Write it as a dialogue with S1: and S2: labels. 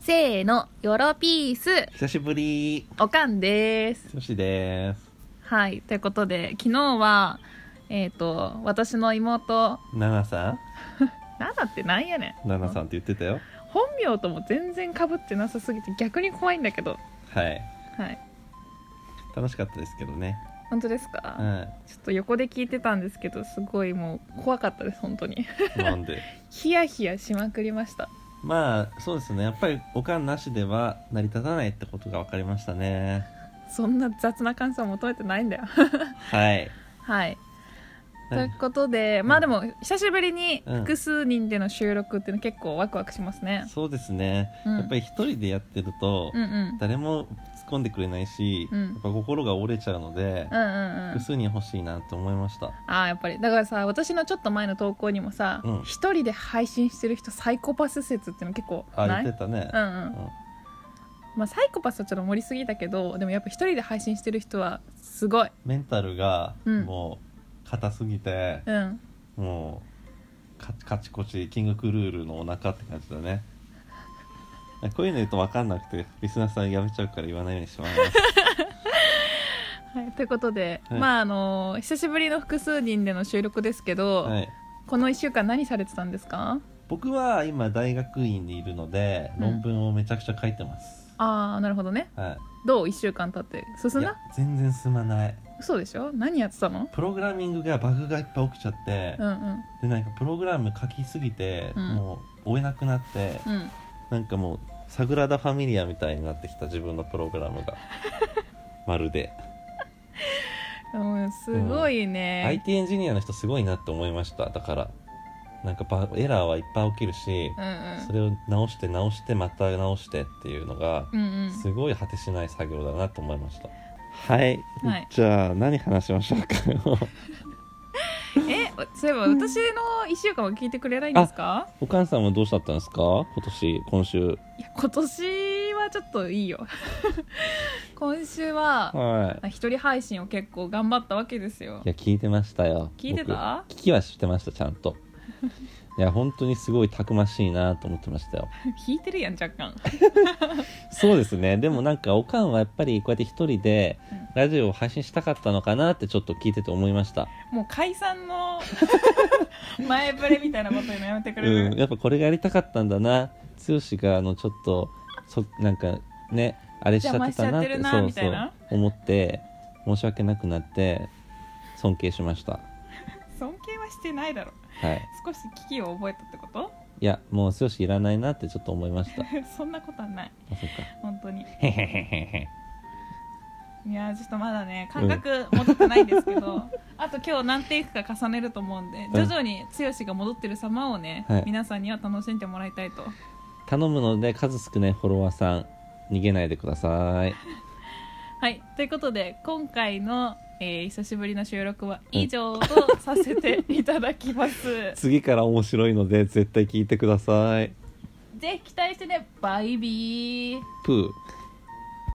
S1: せーの、よろピース、
S2: 久しぶり
S1: おかんです。
S2: よしです
S1: はい、ということで、昨日は、えっ、と、私の妹、
S2: ナナさん
S1: ナナってなんやねん。
S2: ナナさんって言ってたよ
S1: 本名とも全然かぶってなさすぎて逆に怖いんだけど。
S2: はい
S1: はい。
S2: 楽しかったですけどね
S1: 本当です
S2: う
S1: か、
S2: ん
S1: ちょっと横で聞いてたんですけど、すごいもう怖かったです、本当に。
S2: なん で
S1: ヒヤヒヤしまくりました。
S2: まあそうですねやっぱりおかんなしでは成り立たないってことが分かりましたね
S1: そんな雑な感想は求めてないんだよ。
S2: はい
S1: はい。と
S2: はいいう
S1: ことで、まあでも久しぶりに
S2: うん
S1: 複数人での収録っていうの結構ワクワクしますね。
S2: そうですね、
S1: うん
S2: やっぱり一人でやってると、
S1: うんうん。
S2: 誰も突っ込んでくれないし、
S1: うん
S2: やっぱ心が折れちゃうので、
S1: うんうんうん
S2: 複。数に欲しいなと思いました
S1: ああ、やっぱり。だからさ、私のちょっと前の投稿にもさ
S2: うん、
S1: 一、人で配信してる人サイコパス説っていうの結構
S2: あ
S1: な
S2: 言
S1: い
S2: ってたね
S1: うんうん。まあサイコパスはちょっと盛りすぎだけど、でもやっぱ一人で配信してる人はすごい。
S2: メンタルが
S1: うん
S2: もう硬すぎて、
S1: うん。
S2: もうカチカチコチキングクルールのお腹って感じだねこういうの言うと分かんなくてリスナーさんやめちゃうから言わないようにします
S1: はい、ということで、
S2: はい
S1: まああのー久しぶりの複数人での収録ですけど、
S2: はい
S1: この1週間何されてたんですか
S2: 僕は今大学院にいるので、
S1: うん
S2: 論文をめちゃくちゃ書いてます
S1: ああ、なるほどね。
S2: はい
S1: どう1週間経って進ん
S2: い
S1: だ
S2: や全然進まない
S1: 嘘でしょ何やってたの
S2: プログラミングがバグがいっぱい起きちゃって、
S1: うんうん
S2: でなんかプログラム書きすぎて、
S1: うん
S2: もう追えなくなって、
S1: うん
S2: なんかもうサグラダ・ファミリアみたいになってきた自分のプログラム がまるで
S1: うん、すごいね、
S2: IT エンジニアの人すごいなって思いましただからなんかバエラーはいっぱい起きるし、
S1: うん
S2: それを直して直してまた直してっていうのが
S1: うんうん
S2: すごい果てしない作業だなと思いました、はい、
S1: はい
S2: じゃあ何話しましょうかよ
S1: うんえそういえば私の1週間は聞いてくれないんですか
S2: お母さんはどうしちゃったんですか今年今週
S1: いや今年はちょっといいよ 今週は
S2: は
S1: あ一人配信を結構頑張ったわけですよ
S2: いや聞いてましたよ
S1: 聞いてた
S2: 僕聞きはしてましたちゃんと いや本当にすごいたくましいなと思ってましたよ
S1: 聞いてるやん若 干
S2: そうですねでもなんかおかんはやっぱりこうやって一人で
S1: うん
S2: ラジオを配信したかったのかなってちょっと聞いてて思いました、
S1: もう解散の 前触れみたいなこと言うのやめてくれる、
S2: うん、やっぱこれがやりたかったんだな剛があのちょっとそなんかねあれしちゃってたなっ
S1: 邪魔しちゃって
S2: て
S1: るな
S2: そう
S1: みた
S2: そ
S1: いうな
S2: 思って申し訳なくなって尊敬しました
S1: 尊敬はしてないだろ
S2: はい
S1: 少し危機を覚えたってこと
S2: いやもう剛いらないなってちょっと思いましたあ
S1: そんなことはない
S2: そっか
S1: 本当に
S2: へへへへへ
S1: いやーちょっとまだね感覚戻ってないんですけど、 あと今日何テイクか重ねると思うんで
S2: ん
S1: 徐々に剛が戻ってる様をね、
S2: はい
S1: 皆さんには楽しんでもらいたいと
S2: 頼むので数少ないフォロワーさん逃げないでください
S1: はいということで今回の、えー久しぶりの収録は以上とさせていただきます
S2: 次から面白いので絶対聞いてください
S1: ぜひ期待してねバイビー
S2: プー